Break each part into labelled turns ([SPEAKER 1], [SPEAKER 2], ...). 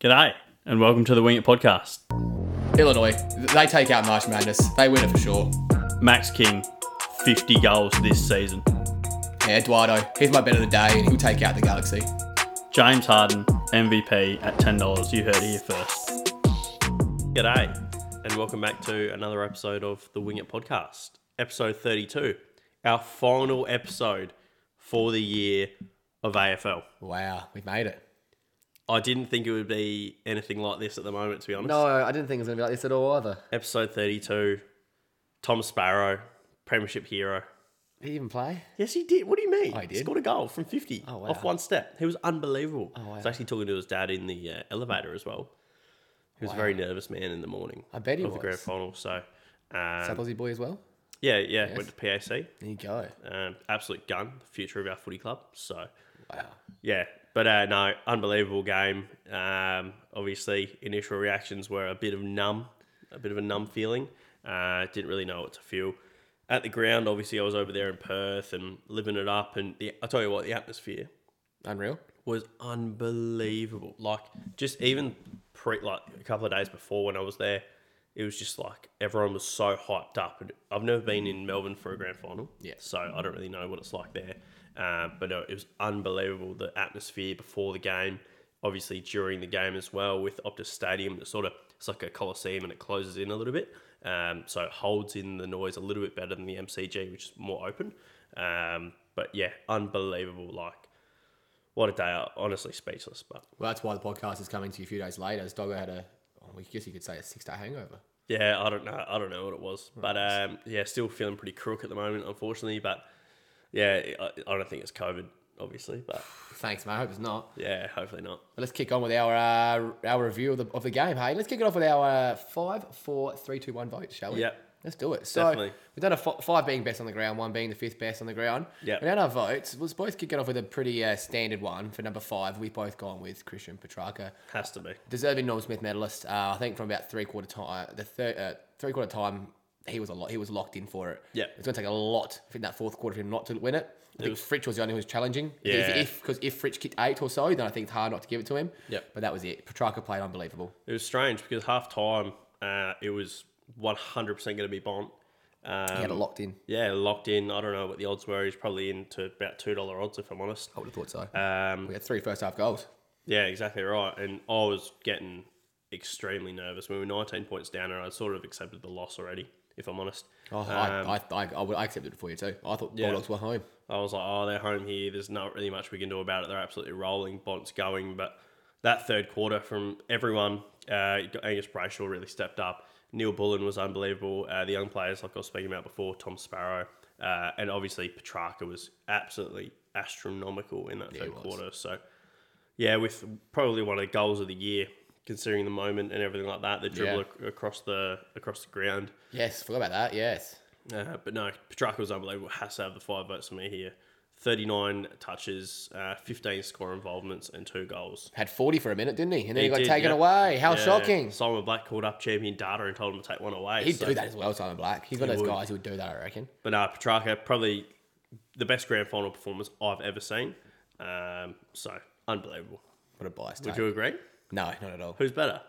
[SPEAKER 1] G'day, and welcome to the Wing It podcast.
[SPEAKER 2] Illinois, they take out March Madness. They win it for sure.
[SPEAKER 1] Max King, 50 goals this season.
[SPEAKER 2] Yeah, Eduardo, he's my bet of the day, and he'll take out the Galaxy.
[SPEAKER 1] James Harden, MVP at $10. You heard it here first.
[SPEAKER 3] G'day, and welcome back to another episode of the Wing It Podcast, episode 32, our final episode for the year of AFL.
[SPEAKER 2] Wow, we've made it.
[SPEAKER 3] I didn't think it would be anything like this at the moment, to be honest.
[SPEAKER 4] No, I didn't think it was going to be like this at all either.
[SPEAKER 3] Episode 32, Tom Sparrow, Premiership hero.
[SPEAKER 4] Did he even play?
[SPEAKER 3] Yes, he did. What do you mean?
[SPEAKER 2] I Oh, did. Oh,
[SPEAKER 3] Scored a goal from 50
[SPEAKER 4] wow.
[SPEAKER 3] off one step. He was unbelievable.
[SPEAKER 4] wow.
[SPEAKER 3] I was actually talking to his dad in the uh, elevator as well. He was a very nervous man in the morning.
[SPEAKER 2] I bet he
[SPEAKER 3] of
[SPEAKER 2] was.
[SPEAKER 3] the grand final. So,
[SPEAKER 2] Is that
[SPEAKER 3] um,
[SPEAKER 2] Aussie boy as well?
[SPEAKER 3] yeah, yeah, went to PAC.
[SPEAKER 2] There you go.
[SPEAKER 3] um, absolute gun, future of our footy club. So,
[SPEAKER 2] Wow.
[SPEAKER 3] yeah, but uh, no, unbelievable game. Um, obviously, initial reactions were a bit of numb, a bit of a numb feeling. Uh, didn't really know what to feel. At the ground, obviously, I was over there in Perth and living it up. And the, I tell you what, the atmosphere
[SPEAKER 2] Unreal.
[SPEAKER 3] was unbelievable. Like just even pre like a couple of days before when I was there, it was just like everyone was so hyped up. And I've never been in Melbourne for a grand final,
[SPEAKER 2] Yeah.
[SPEAKER 3] So I don't really know what it's like there. Um, but no, it was unbelievable the atmosphere before the game, obviously during the game as well with Optus Stadium. It's sort of it's like a coliseum and it closes in a little bit, um, so it holds in the noise a little bit better than the MCG, which is more open. Um, but yeah, unbelievable. Like what a day! Honestly, speechless. But
[SPEAKER 2] Well, that's why the podcast is coming to you a few days later. As Doggo had a, oh, I guess you could say a six day hangover.
[SPEAKER 3] yeah, I don't know. I don't know what it was. But um, yeah, still feeling pretty crook at the moment, unfortunately. But yeah, I, I don't think it's COVID, obviously. But
[SPEAKER 2] Thanks, mate. I hope it's not.
[SPEAKER 3] yeah, hopefully not.
[SPEAKER 2] But let's kick on with our uh, our review of the, of the game. Hey, let's kick it off with our uh, five, four, three, two, one vote, shall we?
[SPEAKER 3] Yep.
[SPEAKER 2] Let's do it. So
[SPEAKER 3] Definitely.
[SPEAKER 2] we've done a f- five being best on the ground, one being the fifth best on the ground.
[SPEAKER 3] Yep.
[SPEAKER 2] But in our votes, let's both kick it off with a pretty uh, standard one for number five. We've both gone with Christian Petrarca.
[SPEAKER 3] Has to be.
[SPEAKER 2] deserving Norm Smith medalist. Uh, I think from about three quarter time, the third uh, three quarter time, he was a lot. He was locked in for it.
[SPEAKER 3] Yeah.
[SPEAKER 2] it's going to take a lot in that fourth quarter for him not to win it. I think
[SPEAKER 3] was-
[SPEAKER 2] Fritch was the only one who was challenging.
[SPEAKER 3] Yeah.
[SPEAKER 2] If because if, Fritch kicked eight or so, then I think it's hard not to give it to him.
[SPEAKER 3] Yep.
[SPEAKER 2] But that was it. Petrarca played unbelievable.
[SPEAKER 3] It was strange because half time, uh, it was one hundred percent going to be Bond. Um,
[SPEAKER 2] He had it locked in.
[SPEAKER 3] yeah, locked in. I don't know what the odds were. He's probably into about two dollar odds, if I'm honest.
[SPEAKER 2] I would have thought so.
[SPEAKER 3] Um,
[SPEAKER 2] we had three first half goals.
[SPEAKER 3] Yeah, exactly right. And I was getting extremely nervous. We were 19 points down, and I sort of accepted the loss already, if I'm honest.
[SPEAKER 2] Oh,
[SPEAKER 3] Um,
[SPEAKER 2] I, I, I, I, would- I accepted it for you too. I thought
[SPEAKER 3] Yeah.
[SPEAKER 2] Bulldogs were home.
[SPEAKER 3] I was like, oh, they're home here. There's not really much we can do about it. They're absolutely rolling. Bont's going. But that third quarter from everyone, uh, Angus Brayshaw really stepped up. Neil Bullen was unbelievable. Uh, the young players, like I was speaking about before, Tom Sparrow, uh, and obviously Petrarca was absolutely astronomical in that third
[SPEAKER 2] was.
[SPEAKER 3] quarter. So, yeah, with probably one of the goals of the year, considering the moment and everything like that, the dribble ac- across the across the ground.
[SPEAKER 2] Yes, forgot about that. Yes.
[SPEAKER 3] Uh, but no, Petrarca was unbelievable. Has to have the five votes for me here. 39 touches, uh, 15 score involvements, and two goals.
[SPEAKER 2] Had 40 for a minute, didn't he? And then he, got
[SPEAKER 3] did,
[SPEAKER 2] taken
[SPEAKER 3] yeah.
[SPEAKER 2] away. How
[SPEAKER 3] Yeah,
[SPEAKER 2] shocking.
[SPEAKER 3] Simon Black called up champion data and told him to take one away.
[SPEAKER 2] He'd
[SPEAKER 3] so-
[SPEAKER 2] do that as well, Simon Black. He's one of
[SPEAKER 3] He
[SPEAKER 2] those
[SPEAKER 3] would.
[SPEAKER 2] guys who would do that, I reckon.
[SPEAKER 3] But no, Petrarca, probably the best grand final performance I've ever seen. Um, so, unbelievable.
[SPEAKER 2] What a bias.
[SPEAKER 3] Would
[SPEAKER 2] take.
[SPEAKER 3] you agree?
[SPEAKER 2] No, not at all.
[SPEAKER 3] Who's better?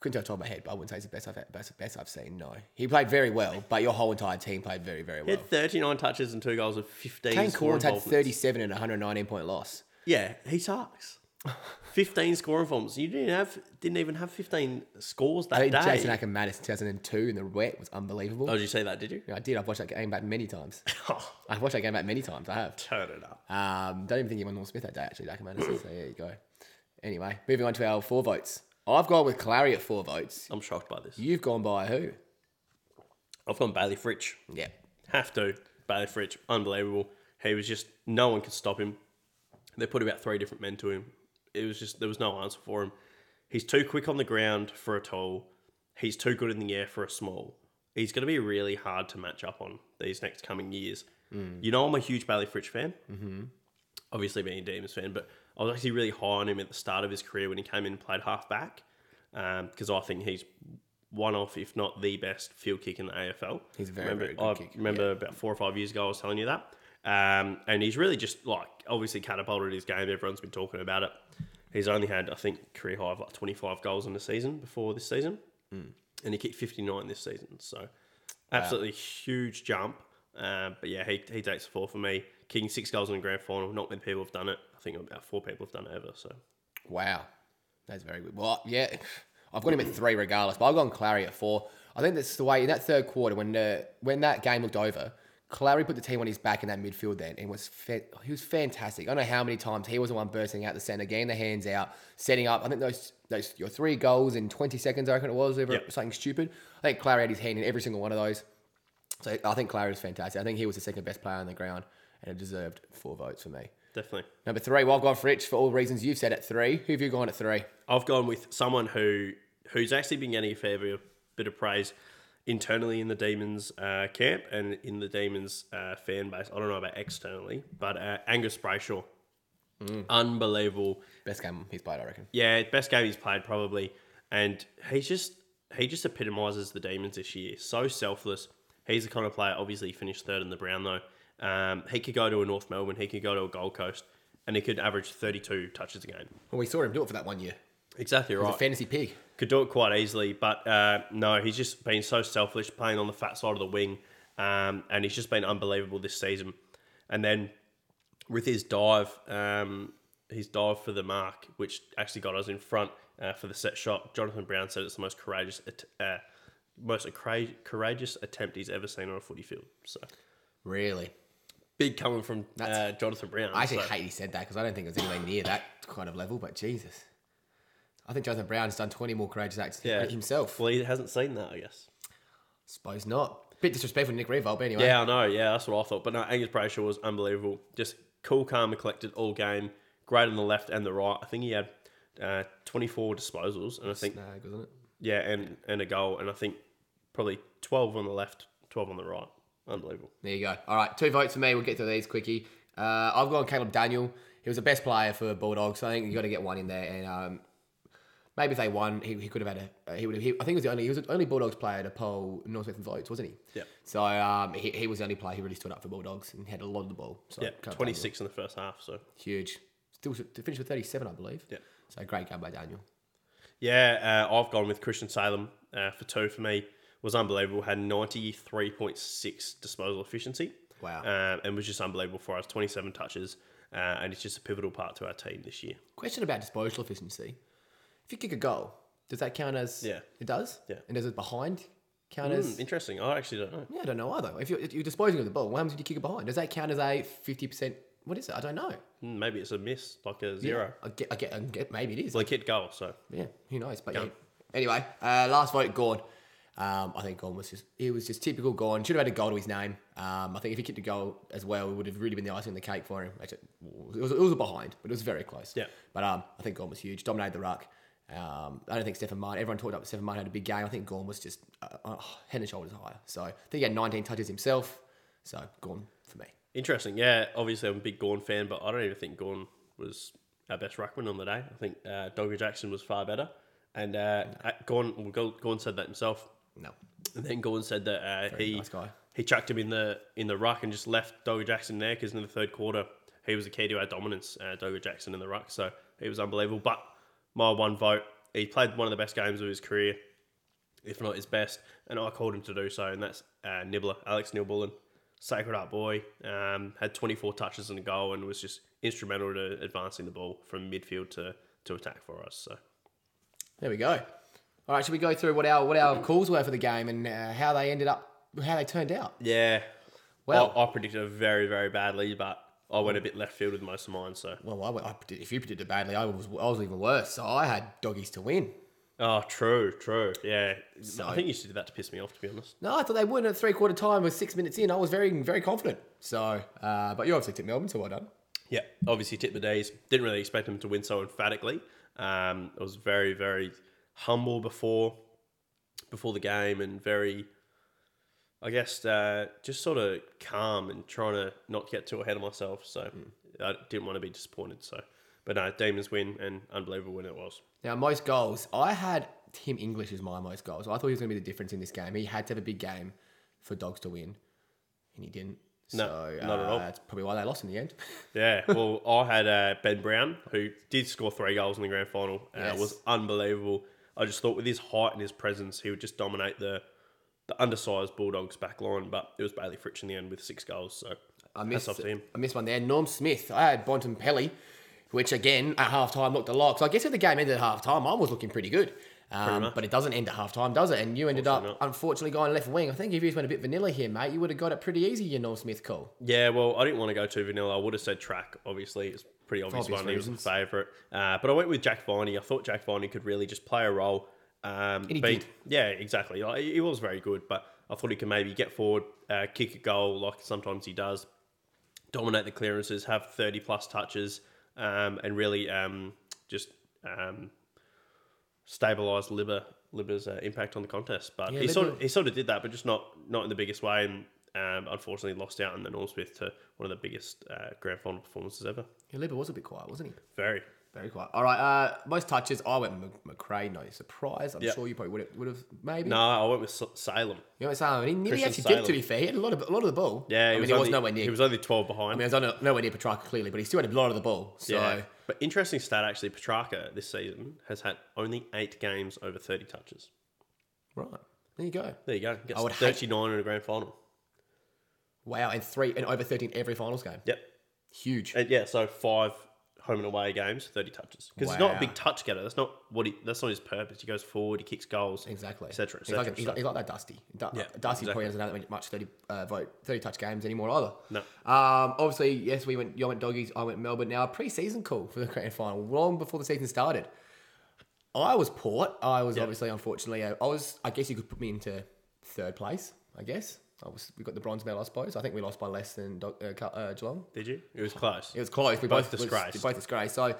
[SPEAKER 2] Couldn't tell top of my head, but I wouldn't say it's the best I've best, best I've seen. No, he played very well, but your whole entire team played very very
[SPEAKER 3] He
[SPEAKER 2] well.
[SPEAKER 3] had 39 touches and two goals with 15
[SPEAKER 2] Kane
[SPEAKER 3] score
[SPEAKER 2] Corns had
[SPEAKER 3] involvements.
[SPEAKER 2] 37 and a 119 point loss.
[SPEAKER 3] Yeah, he sucks. 15 score involvements. You didn't have, didn't even have 15 scores that
[SPEAKER 2] I think
[SPEAKER 3] day.
[SPEAKER 2] Jason Acker Mattis 2002 in the wet was unbelievable.
[SPEAKER 3] Oh, did you say that? Did you?
[SPEAKER 2] Yeah, I did. I've watched that game back many times.
[SPEAKER 3] Oh,
[SPEAKER 2] I've watched that game back many times. I have.
[SPEAKER 3] turn it up.
[SPEAKER 2] Um, don't even think he won Norm Smith that day actually, Acker Mattis. so there you go. Anyway, moving on to our four votes. I've gone with Clary at four votes.
[SPEAKER 3] I'm shocked by this.
[SPEAKER 2] You've gone by who?
[SPEAKER 3] I've gone Bailey Fritch.
[SPEAKER 2] Yeah,
[SPEAKER 3] Have to. Bailey Fritch, unbelievable. He was just, no one could stop him. They put about three different men to him. It was just, there was no answer for him. He's too quick on the ground for a tall. He's too good in the air for a small. He's going to be really hard to match up on these next coming years. You know, I'm a huge Bailey Fritch fan. obviously being a Demons fan, but I was actually really high on him at the start of his career when he came in and played halfback because I think he's one of, if not the best field kick in the AFL.
[SPEAKER 2] He's a very,
[SPEAKER 3] remember,
[SPEAKER 2] very good
[SPEAKER 3] I
[SPEAKER 2] kick,
[SPEAKER 3] remember about four or five years ago I was telling you that. Um, and he's really just like obviously catapulted his game. Everyone's been talking about it. He's only had, I think, career high of like 25 goals in a season before this season.
[SPEAKER 2] Hmm.
[SPEAKER 3] And he kicked 59 this season. So, absolutely huge jump. Uh, but yeah, he, he takes the four for me. Kicking six goals in the grand final. Not many people have done it. I think about four people have done it ever. So,
[SPEAKER 2] Wow, that's very good. Well, yeah, I've got him at three regardless, but I've gone Clary at four. I think that's the way in that third quarter when uh, when that game looked over, Clary put the team on his back in that midfield then, and was fa- he was fantastic. I don't know how many times he was the one bursting out the centre, getting the hands out, setting up. I think those those your three goals in twenty seconds, I reckon it was, whatever,
[SPEAKER 3] Yep.
[SPEAKER 2] something stupid. I think Clary had his hand in every single one of those. So I think Clary was fantastic. I think he was the second best player on the ground, and it deserved four votes for me.
[SPEAKER 3] definitely.
[SPEAKER 2] Number three, well, I've gone for Rich for all reasons you've said at three. Who have you gone at three?
[SPEAKER 3] I've gone with someone who who's actually been getting a fair bit of, bit of praise internally in the Demons uh, camp and in the Demons uh, fan base. I don't know about externally, but uh, Angus Brayshaw, unbelievable.
[SPEAKER 2] Best game he's played, I reckon.
[SPEAKER 3] Yeah, best game he's played probably, and he's just he just epitomizes the demons this year. So selfless. He's the kind of player. Obviously, he finished third in the Brown though. Um, he could go to a North Melbourne. He could go to a Gold Coast, and he could average thirty-two touches a game.
[SPEAKER 2] Well, we saw him do it for that one year.
[SPEAKER 3] Exactly
[SPEAKER 2] He's
[SPEAKER 3] right
[SPEAKER 2] a fantasy pig.
[SPEAKER 3] could do it quite easily, but uh, no, he's just been so selfish, playing on the fat side of the wing, um, and he's just been unbelievable this season. And then with his dive, um, his dive for the mark, which actually got us in front uh, for the set shot. Jonathan Brown said it's the most courageous, at- uh, most coura- courageous attempt he's ever seen on a footy field. So
[SPEAKER 2] Really?
[SPEAKER 3] big coming from uh,
[SPEAKER 2] That's-
[SPEAKER 3] Jonathan Brown.
[SPEAKER 2] I actually
[SPEAKER 3] so-
[SPEAKER 2] hate he said that because I don't think it was anywhere near that kind of level, but Jesus. I think Jonathan Brown's done 20 more courageous acts himself.
[SPEAKER 3] Well, he hasn't seen that, I guess.
[SPEAKER 2] Suppose not. Bit disrespectful to Nick Revolt, but anyway.
[SPEAKER 3] Yeah, I know. Yeah, that's what I thought. But no, Angus Brayshaw was unbelievable. Just cool, calm, and collected all game. Great on the left and the right. I think he had uh, 24 disposals, and I think
[SPEAKER 2] Snag, wasn't it?
[SPEAKER 3] yeah, and and a goal, and I think probably 12 on the left, 12 on the right. Unbelievable.
[SPEAKER 2] There you go. All right, two votes for me. We'll get through these quickie. Uh, I've gone Caleb Daniel. He was the best player for Bulldogs, so I think you got to get one in there. And um, maybe if they won, he, he could have had a. He would. Have, he, I think he was the only. He was the only Bulldogs player to poll Northwestern votes, wasn't he?
[SPEAKER 3] Yeah.
[SPEAKER 2] So um, he, he was the only player who really stood up for Bulldogs and had a lot of the ball. So
[SPEAKER 3] Yeah,
[SPEAKER 2] Caleb Daniel,
[SPEAKER 3] 26 in the first half. So
[SPEAKER 2] huge. Still s- to finish with thirty-seven, I believe.
[SPEAKER 3] Yeah.
[SPEAKER 2] So great game by Daniel.
[SPEAKER 3] yeah, uh, I've gone with Christian Salem uh, for two for me. Was unbelievable. Had 93.6 disposal efficiency.
[SPEAKER 2] Wow.
[SPEAKER 3] Um, and was just unbelievable for us. 27 touches, uh, and it's just a pivotal part to our team this year.
[SPEAKER 2] Question about disposal efficiency. If you kick a goal, does that count as?
[SPEAKER 3] Yeah.
[SPEAKER 2] It does.
[SPEAKER 3] Yeah.
[SPEAKER 2] And does it behind count
[SPEAKER 3] Hmm,
[SPEAKER 2] as?
[SPEAKER 3] interesting. I actually don't know.
[SPEAKER 2] Yeah, I don't know either. If you're, if you're disposing of the ball, why happens if you kick it behind? Does that count as a 50%? What is it? I don't know.
[SPEAKER 3] Hmm, Maybe it's a miss, like a zero.
[SPEAKER 2] I get, I get, I get maybe it is.
[SPEAKER 3] It's like hit goal. So
[SPEAKER 2] yeah, who knows? But yeah. Anyway, uh, last vote, Gorn. Um, I think Gorn was just, he was just typical Gorn. Should have had a goal to his name. Um, I think if he kicked a goal as well, it would have really been the icing on the cake for him. Actually, it was, it was a behind, but it was very close.
[SPEAKER 3] Yeah.
[SPEAKER 2] But um, I think Gorn was huge. Dominated the ruck. Um, I don't think Stefan Martin, everyone talked up Stefan Martin had a big game. I think Gorn was just uh, uh, head and shoulders higher. So I think he had 19 touches himself. So Gorn for me.
[SPEAKER 3] interesting. Yeah, obviously I'm a big Gorn fan, but I don't even think Gorn was our best ruckman on the day. I think uh, Dogger Jackson was far better. And uh, uh, Gorn, well, Gorn- Gorn said that himself.
[SPEAKER 2] No.
[SPEAKER 3] And then Gorn said that uh, he
[SPEAKER 2] nice guy.
[SPEAKER 3] he chucked him in the in the ruck and just left Dogger Jackson there because in the third quarter he was the key to our dominance. Uh, Dogger Jackson in the ruck, so he was unbelievable. But my one vote, he played one of the best games of his career, if not his best, and I called him to do so, and that's uh, Nibbler Alex Nilbullen, sacred up boy, um, had 24 touches and a goal and was just instrumental to advancing the ball from midfield to to attack for us. So
[SPEAKER 2] There we go. All right, should we go through what our what our calls were for the game and uh, how they ended up, how they turned out?
[SPEAKER 3] yeah,
[SPEAKER 2] Well-
[SPEAKER 3] I, I predicted it very very badly, but. I went a bit left field with most of mine, so
[SPEAKER 2] Well, I, went- I, predicted- if you predicted badly, I was I was even worse. So I had doggies to win.
[SPEAKER 3] Oh, true, true. Yeah. I think you should do that to piss me off, to be honest.
[SPEAKER 2] No, I thought they wouldn't at three quarter time with six minutes in. I was very very confident. So, uh, but you obviously took Melbourne, so well done.
[SPEAKER 3] Yeah. Obviously, tip the days. Didn't really expect them to win so emphatically. Um, I was very, very humble before before the game and very, I guess, uh, just sort of calm and trying to not get too ahead of myself. So I didn't want to be disappointed. So, but no, Demons win and unbelievable win it was.
[SPEAKER 2] Now most goals, I had Tim English as my most goals. I thought he was going to be the difference in this game. He had to have a big game for dogs to win, and he didn't.
[SPEAKER 3] No,
[SPEAKER 2] so,
[SPEAKER 3] not at
[SPEAKER 2] uh,
[SPEAKER 3] all.
[SPEAKER 2] That's probably why they lost in the end.
[SPEAKER 3] Yeah, well, I had uh, Ben Brown, who did score three goals in the grand final. Uh,
[SPEAKER 2] Yes.
[SPEAKER 3] was unbelievable. I just thought with his height and his presence, he would just dominate the the undersized Bulldogs back line. But it was Bailey Fritch in the end with six goals. So
[SPEAKER 2] I missed,
[SPEAKER 3] off to him.
[SPEAKER 2] I missed one there. Norm Smith. I had Bonton Pelly, which again at half time looked a lot. So I guess if the game ended at half time, I was looking pretty good. Um,
[SPEAKER 3] much.
[SPEAKER 2] but it doesn't end at half time, does it? And you ended up,
[SPEAKER 3] Unfortunately
[SPEAKER 2] unfortunately, going left wing. I think if you just went a bit vanilla here, mate, you would have got it pretty easy, your Norm Smith call.
[SPEAKER 3] yeah, well, I didn't want to go too vanilla. I would have said track. Obviously, it's a pretty obvious,
[SPEAKER 2] obvious
[SPEAKER 3] one. He was
[SPEAKER 2] reasons.
[SPEAKER 3] the favourite. Uh, but I went with Jack Viney. I thought Jack Viney could really just play a role. Um,
[SPEAKER 2] he
[SPEAKER 3] being-
[SPEAKER 2] did.
[SPEAKER 3] Yeah, exactly. Like, he he was very good, but I thought he could maybe get forward, uh, kick a goal like sometimes he does. dominate the clearances, have 30 plus touches, um, and really um, just um, stabilize Libba Libba's uh, impact on the contest. But he
[SPEAKER 2] Libba-
[SPEAKER 3] sort of he sort of did that, but just not not in the biggest way, and um, unfortunately lost out in the Norm Smith to one of the biggest uh, grand final performances ever.
[SPEAKER 2] Yeah, Libba was a bit quiet, wasn't he?
[SPEAKER 3] Very.
[SPEAKER 2] Very quiet. All right, uh, most touches, I went Mc- McRae, no surprise. I'm
[SPEAKER 3] Yep.
[SPEAKER 2] sure you probably would have, would have maybe.
[SPEAKER 3] No, I went with S- Salem.
[SPEAKER 2] You know what I'm saying? He nearly
[SPEAKER 3] Christian
[SPEAKER 2] actually did, to
[SPEAKER 3] Salem.
[SPEAKER 2] be fair. He had a lot of, a lot of the ball.
[SPEAKER 3] Yeah, he
[SPEAKER 2] I mean,
[SPEAKER 3] was
[SPEAKER 2] he was
[SPEAKER 3] only-
[SPEAKER 2] nowhere near.
[SPEAKER 3] He was only 12 behind.
[SPEAKER 2] I mean, he was on- nowhere near Petrarca, clearly, but he still had a lot of the ball. So.
[SPEAKER 3] yeah. But interesting stat actually, Petrarca this season has had only eight games over 30 touches.
[SPEAKER 2] Right. There you go.
[SPEAKER 3] There you go. Gets
[SPEAKER 2] I would hate-
[SPEAKER 3] 39 in a grand final.
[SPEAKER 2] Wow, and three and over thirteen every finals game.
[SPEAKER 3] Yep.
[SPEAKER 2] Huge.
[SPEAKER 3] And Uh, yeah, so five home and away games, thirty touches. Because he's not a
[SPEAKER 2] Wow.
[SPEAKER 3] big touch getter. That's not what he. That's not his purpose. He goes forward. He kicks goals.
[SPEAKER 2] Exactly.
[SPEAKER 3] Etc.
[SPEAKER 2] He's, like,
[SPEAKER 3] Etc.
[SPEAKER 2] he's, like, he's like that Dusty. Du-
[SPEAKER 3] Yeah,
[SPEAKER 2] Dusty
[SPEAKER 3] exactly.
[SPEAKER 2] probably doesn't have that much thirty uh, vote thirty touch games anymore either.
[SPEAKER 3] No.
[SPEAKER 2] Um, obviously, yes, we went. You went doggies. I went Melbourne. Now a pre-season call for the grand final, long before the season started. I was Port. I was obviously, unfortunately, uh, I was. I guess you could put me into third place. I guess I was. We got the bronze medal, I suppose. I think we lost by less than Do- uh, Cal- uh, Geelong.
[SPEAKER 3] Did you? It was close.
[SPEAKER 2] It was close. We
[SPEAKER 3] Both
[SPEAKER 2] both, was-
[SPEAKER 3] disgraced.
[SPEAKER 2] we both disgraced. So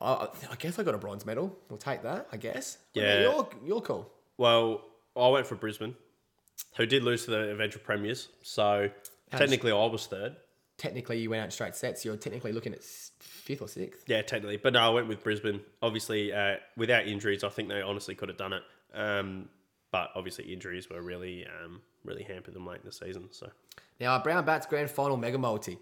[SPEAKER 2] I, I guess I got a bronze medal. We'll take that. I guess. What about
[SPEAKER 3] Yeah.
[SPEAKER 2] Your your call.
[SPEAKER 3] Well, I went for Brisbane, who did lose to the eventual premiers. So technically, I was third.
[SPEAKER 2] Technically, you went out in straight sets. You're technically looking at s- fifth or sixth.
[SPEAKER 3] Yeah, technically. But no, I went with Brisbane. Obviously, uh, without injuries, I think they honestly could have done it. Um, but obviously, injuries were really, um, really hampered them late in the season. So
[SPEAKER 2] Now, our Brown Bats grand final mega multi,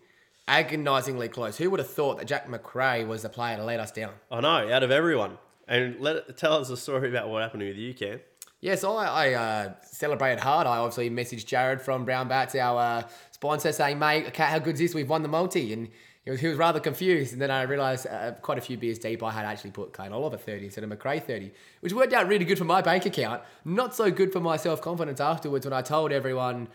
[SPEAKER 2] agonisingly close. Who would have thought that Jack McRae was the player to let us down?
[SPEAKER 3] I know, out of everyone, and let tell us a story about what happened with you, Cam.
[SPEAKER 2] Yes, I, I uh, celebrated hard. I obviously messaged Jared from Brown Bats, our uh, sponsor, saying, mate, okay, how good's this? We've won the multi. And he was, he was rather confused. And then I realised uh, quite a few beers deep, I had actually put Clayne Oliver 30 instead of McRae 30, which worked out really good for my bank account. Not so good for my self confidence afterwards when I told everyone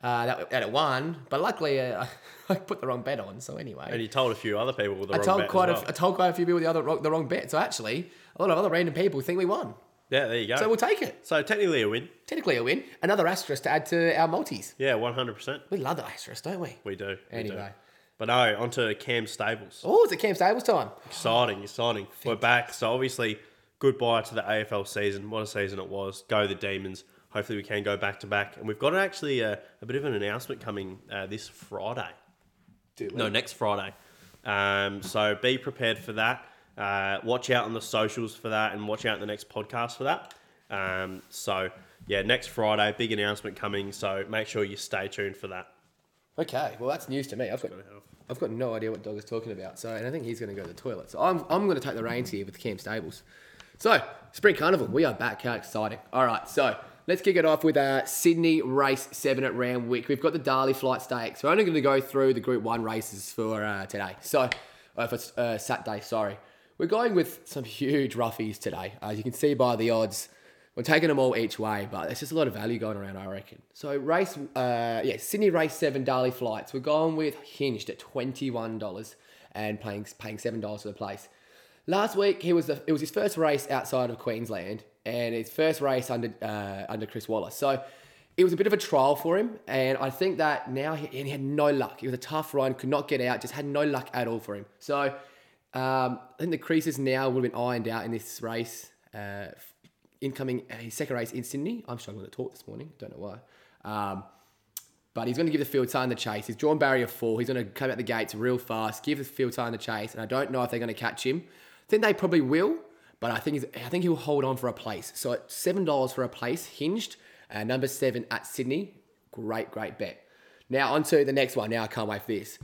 [SPEAKER 2] uh, that, that it won. But luckily, uh, I put the wrong bet on. So anyway.
[SPEAKER 3] And you told a few other people with the
[SPEAKER 2] I
[SPEAKER 3] wrong
[SPEAKER 2] told
[SPEAKER 3] bet
[SPEAKER 2] quite
[SPEAKER 3] as
[SPEAKER 2] a,
[SPEAKER 3] well.
[SPEAKER 2] I told quite a few people the other the wrong bet. So actually, a lot of other random people think we won.
[SPEAKER 3] yeah, there you go.
[SPEAKER 2] So we'll take it.
[SPEAKER 3] So technically a win.
[SPEAKER 2] Technically a win. Another asterisk to add to our multis.
[SPEAKER 3] Yeah, one hundred percent.
[SPEAKER 2] We love the asterisk, don't we?
[SPEAKER 3] We do. we do.
[SPEAKER 2] Anyway.
[SPEAKER 3] But no, onto Cam Stables.
[SPEAKER 2] Oh, it's at Camp Stables time.
[SPEAKER 3] Exciting, exciting. We're back. So obviously, goodbye to the AFL season. What a season it was. Go the Demons. Hopefully, we can go back to back. And we've got actually a, a bit of an announcement coming uh, this Friday. No, next Friday. Um, so be prepared for that. Uh, watch out on the socials for that, and watch out the next podcast for that. Um, so yeah, next Friday, big announcement coming. So make sure you stay tuned for that.
[SPEAKER 2] Okay, well that's news to me. I've got I've got no idea what dog is talking about. So and I think he's going to go to the toilet. So I'm I'm going to take the reins here with Camp Stables. So Spring Carnival, we are back. How exciting! All right, so. Let's kick it off with uh, Sydney race seven at Randwick. We've got the Darley Flight Stakes. We're only going to go through the Group One races for uh, today. So, uh, for uh, Saturday, sorry, we're going with some huge roughies today. As you can see by the odds, We're taking them all each way, but there's just a lot of value going around, I reckon. So race, uh, yeah, Sydney race seven daily flights. We're going with Hinged at twenty one dollars and paying paying seven dollars for the place. Last week he was the, it was his first race outside of Queensland and his first race under uh, under Chris Wallace. So it was a bit of a trial for him, and I think that now he, and he had no luck. It was a tough run, could not get out, just had no luck at all for him. So um, I think the creases now would have been ironed out in this race. Uh, incoming uh, his second race in Sydney. I'm struggling to talk this morning. Don't know why. Um, but he's going to give the field time the chase. He's drawn barrier four. He's going to come out the gates real fast, give the field time the chase, and I don't know if they're going to catch him. I think they probably will, but I think he's, I think he'll hold on for a place. So at seven dollars for a place, hinged uh, number seven at Sydney. Great, great bet. Now on to the next one. Now I can't wait for this.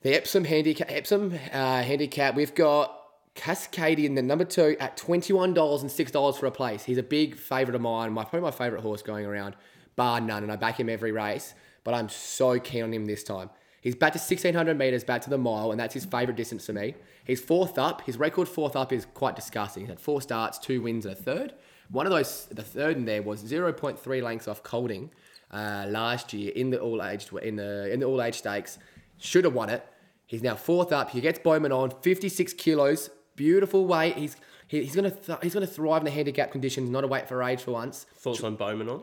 [SPEAKER 2] The Epsom handicap. Epsom uh, handicap. We've got Cascadian, the number two, at twenty one dollars and six dollars for a place. He's a big favourite of mine. My probably my favourite horse going around, bar none, and I back him every race. But I'm so keen on him this time. He's back to sixteen hundred meters, back to the mile, and that's his favourite distance to me. He's fourth up. His record fourth up is quite disgusting. He's had four starts, two wins, and a third. One of those, the third in there was zero point three lengths off Colding uh, last year in the all age in the in the all age stakes. Should have won it. He's now fourth up. He gets Bowman on 56 kilos. Beautiful weight. He's he, he's gonna th- he's gonna thrive in the handicap conditions. Not a wait for age for once.
[SPEAKER 3] Thoughts on Bowman on?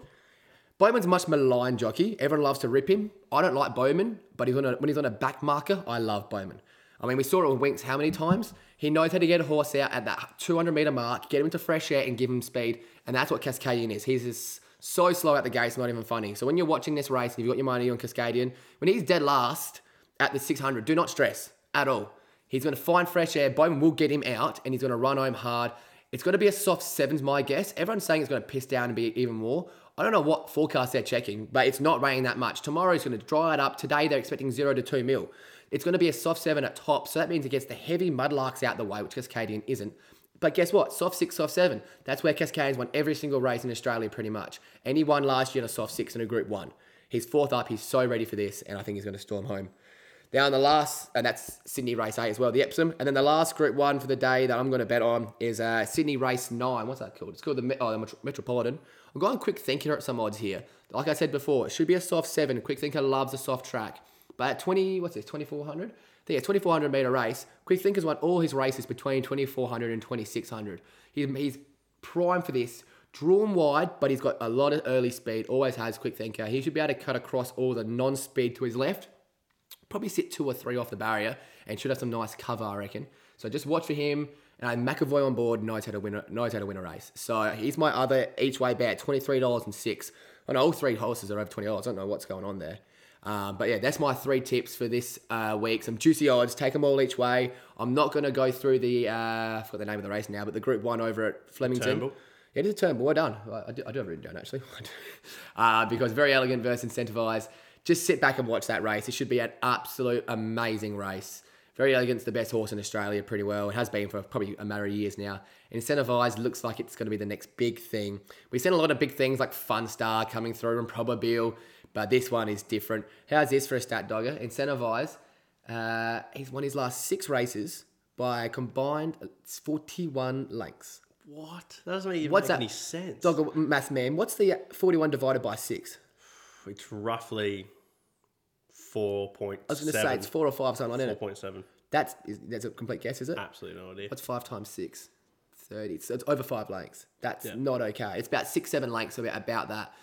[SPEAKER 2] Bowman's a much maligned jockey. Everyone loves to rip him. I don't like Bowman, but he's on a, when he's on a back marker, I love Bowman. I mean, we saw it with Winks how many times. He knows how to get a horse out at that 200 meter mark, get him into fresh air, and give him speed. And that's what Cascadian is. He's just so slow at the gate, it's not even funny. So when you're watching this race and you've got your money on Cascadian, when he's dead last at the 600, do not stress at all. He's going to find fresh air. Bowman will get him out, and he's going to run home hard. It's going to be a soft sevens, my guess. Everyone's saying it's going to piss down and be even more. I don't know what forecast they're checking, but it's not raining that much. Tomorrow's going to dry it up. Today they're expecting zero to two mil. It's going to be a soft seven at top, so that means it gets the heavy mudlarks out the way, which Cascadian isn't. But guess what? Soft six, soft seven. That's where Cascadian's won every single race in Australia, pretty much. And he won last year in a soft six in a Group One. He's fourth up. He's so ready for this, and I think he's going to storm home. Now, in the last, and that's Sydney race eight as well, the Epsom. And then the last group one for the day that I'm going to bet on is uh, Sydney race nine. What's that called? It's called the, Me- oh, the Metro- Metropolitan. I'm going quick thinker at some odds here. Like I said before, it should be a soft seven. Quick thinker loves a soft track. But at 20, what's this, 2400? Yeah, 2400 meter race. Quick thinker's won all his races between 2400 and 2600. He's, he's prime for this. Drawn wide, but he's got a lot of early speed. Always has quick thinker. He should be able to cut across all the non speed to his left probably sit two or three off the barrier and should have some nice cover, I reckon. So just watch for him. And McAvoy on board knows how to win. A, knows how to win a race. So he's my other each way bet, twenty three dollars and six. And all three horses are over twenty dollars. I don't know what's going on there. Um, but yeah, that's my three tips for this uh, week. Some juicy odds. Take them all each way. I'm not going to go through the. Uh, I forgot the name of the race now, but the Group One over at Flemington.
[SPEAKER 3] Turnbull.
[SPEAKER 2] It is a Turnbull. Well done. I- I do, I do have it written down actually. uh, because very elegant versus incentivized. Just sit back and watch that race. It should be an absolute amazing race. Very elegant's the best horse in Australia, pretty well. It has been for probably a matter of years now. Incentivized looks like it's going to be the next big thing. We've seen a lot of big things like Fun Star coming through and Probabil, but this one is different. How's this for a stat dogger? Incentivized. Uh, he's won his last six races by a combined 41 lengths.
[SPEAKER 3] What? That doesn't even
[SPEAKER 2] What's
[SPEAKER 3] make
[SPEAKER 2] that?
[SPEAKER 3] any sense.
[SPEAKER 2] Dog math man, what's the 41 divided by 6?
[SPEAKER 3] It's roughly four point.
[SPEAKER 2] I was going to say it's 4 or 5, something like
[SPEAKER 3] four Uh.
[SPEAKER 2] that.
[SPEAKER 3] point seven.
[SPEAKER 2] That's, is, that's a complete guess, is it?
[SPEAKER 3] Absolutely no idea.
[SPEAKER 2] What's 5 times 6? 30. So it's over 5 lengths. That's not okay. It's about 6, 7 lengths, so about that.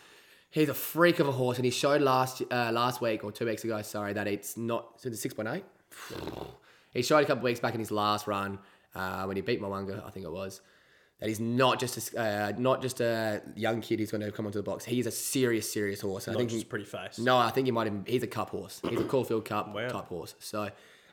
[SPEAKER 2] He's a freak of a horse, and he showed last uh, last week, or two weeks ago, sorry, that it's not, so it's 6.8? He showed a couple of weeks back in his last run uh, when he beat Mwanga, I think it was, that he's not just a, uh, not just a young kid who's going to come onto the box. He is a serious, serious horse. And I
[SPEAKER 3] Not
[SPEAKER 2] think
[SPEAKER 3] just
[SPEAKER 2] he-
[SPEAKER 3] pretty fast.
[SPEAKER 2] No, I think he might. Even, he's a cup horse. He's a Caulfield Cup
[SPEAKER 3] Wow.
[SPEAKER 2] type horse. So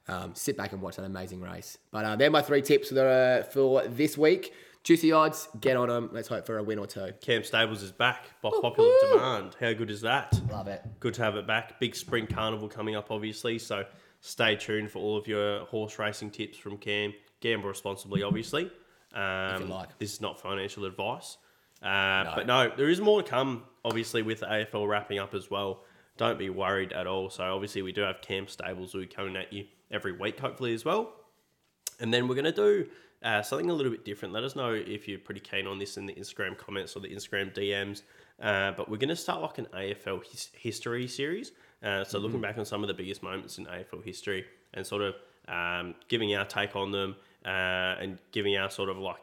[SPEAKER 2] um, sit back and watch that amazing race. But uh, they're my three tips for, the, for this week. Juicy odds, get on them. Let's hope for a win or two.
[SPEAKER 3] Cam Stables is back by
[SPEAKER 2] Oh,
[SPEAKER 3] popular demand. How good is that?
[SPEAKER 2] Love it.
[SPEAKER 3] Good to have it back. Big spring carnival coming up, obviously. So stay tuned for all of your horse racing tips from Cam. Gamble responsibly, obviously. Um,
[SPEAKER 2] you like.
[SPEAKER 3] This is not financial advice. Uh, But no, there is more to come, obviously, with the AFL wrapping up as well. Don't be worried at all. So obviously, we do have Cam Stables who are coming at you every week, hopefully, as well. And then we're going to do uh, something a little bit different. Let us know if you're pretty keen on this in the Instagram comments or the Instagram DMs. Uh, but we're going to start like an AFL his- history series. Uh, so looking back on some of the biggest moments in AFL history and sort of um, giving our take on them uh, and giving our sort of like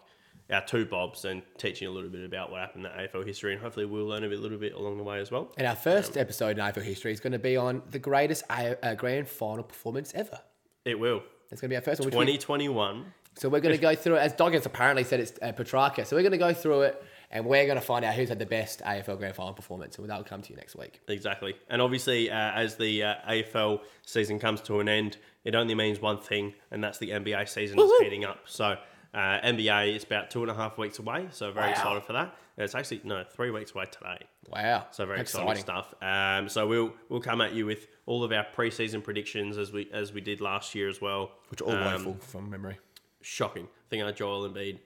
[SPEAKER 3] our two bobs and teaching a little bit about what happened in AFL history. And hopefully we'll learn a bit- little bit along the way as well.
[SPEAKER 2] And our first episode in AFL history is going to be on the greatest A- uh, grand final performance ever.
[SPEAKER 3] It will.
[SPEAKER 2] That's going to be our first one. which we-
[SPEAKER 3] 2021.
[SPEAKER 2] So we're going to go through it. As Doggins apparently said, it's uh, Petrarca. So we're going to go through it and we're going to find out who's had the best AFL Grand Final performance. And that will come to you next week.
[SPEAKER 3] Exactly. And obviously, uh, as the uh, AFL season comes to an end, it only means one thing, and that's the NBA season is heating up. So Uh, NBA is about two and a half weeks away, so very excited for that. And it's actually no three weeks away today.
[SPEAKER 2] Wow.
[SPEAKER 3] So very exciting, stuff. Um, so we'll we'll come at you with all of our preseason predictions as we as we did last year as well,
[SPEAKER 2] Which are all
[SPEAKER 3] Um,
[SPEAKER 2] woeful from memory.
[SPEAKER 3] shocking. I think I had Joel Embiid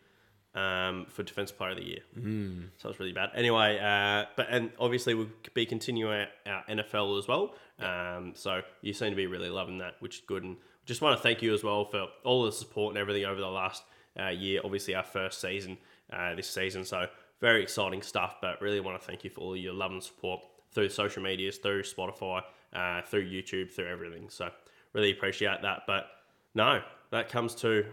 [SPEAKER 3] um, for Defensive Player of the Year. Mm. So it's really bad. Anyway, uh, but and obviously we'll be continuing our, our NFL as well. Um, so you seem to be really loving that, which is good. And just want to thank you as well for all the support and everything over the last uh, year. Obviously our first season uh, this season. So very exciting stuff. But really want to thank you for all your love and support through social medias, through Spotify, uh, through YouTube, through everything. So really appreciate that. But no, that comes to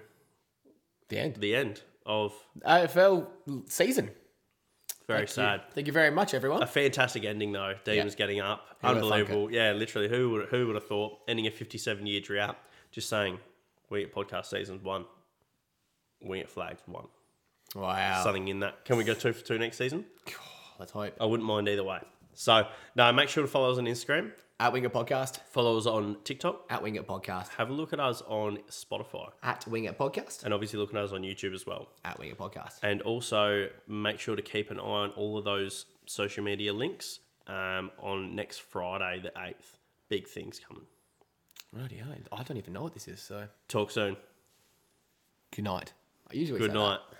[SPEAKER 2] The end.
[SPEAKER 3] the end of
[SPEAKER 2] AFL season.
[SPEAKER 3] very sad.
[SPEAKER 2] Thank you very much, everyone.
[SPEAKER 3] A fantastic ending though. Demons getting up,
[SPEAKER 2] would've thunk
[SPEAKER 3] unbelievable. Yeah, literally. Who would who would have thought ending a fifty-seven year drought? Just saying, we at podcast season one, we at flags one.
[SPEAKER 2] Wow.
[SPEAKER 3] Something in that. Can we go two for two next season?
[SPEAKER 2] Let's hope.
[SPEAKER 3] I wouldn't mind either way. So no, make sure to follow us on Instagram,
[SPEAKER 2] At Wingit Podcast.
[SPEAKER 3] follow us on TikTok,
[SPEAKER 2] At Wingit Podcast.
[SPEAKER 3] have a look at us on Spotify,
[SPEAKER 2] At Wingit Podcast.
[SPEAKER 3] and obviously look at us on YouTube as well.
[SPEAKER 2] At Wingit Podcast.
[SPEAKER 3] And also make sure to keep an eye on all of those social media links um, on next Friday, the 8th. Big things coming.
[SPEAKER 2] Righty, I don't even know what this is, so.
[SPEAKER 3] Talk soon.
[SPEAKER 2] Good night. I usually
[SPEAKER 3] Good
[SPEAKER 2] say that.
[SPEAKER 3] night.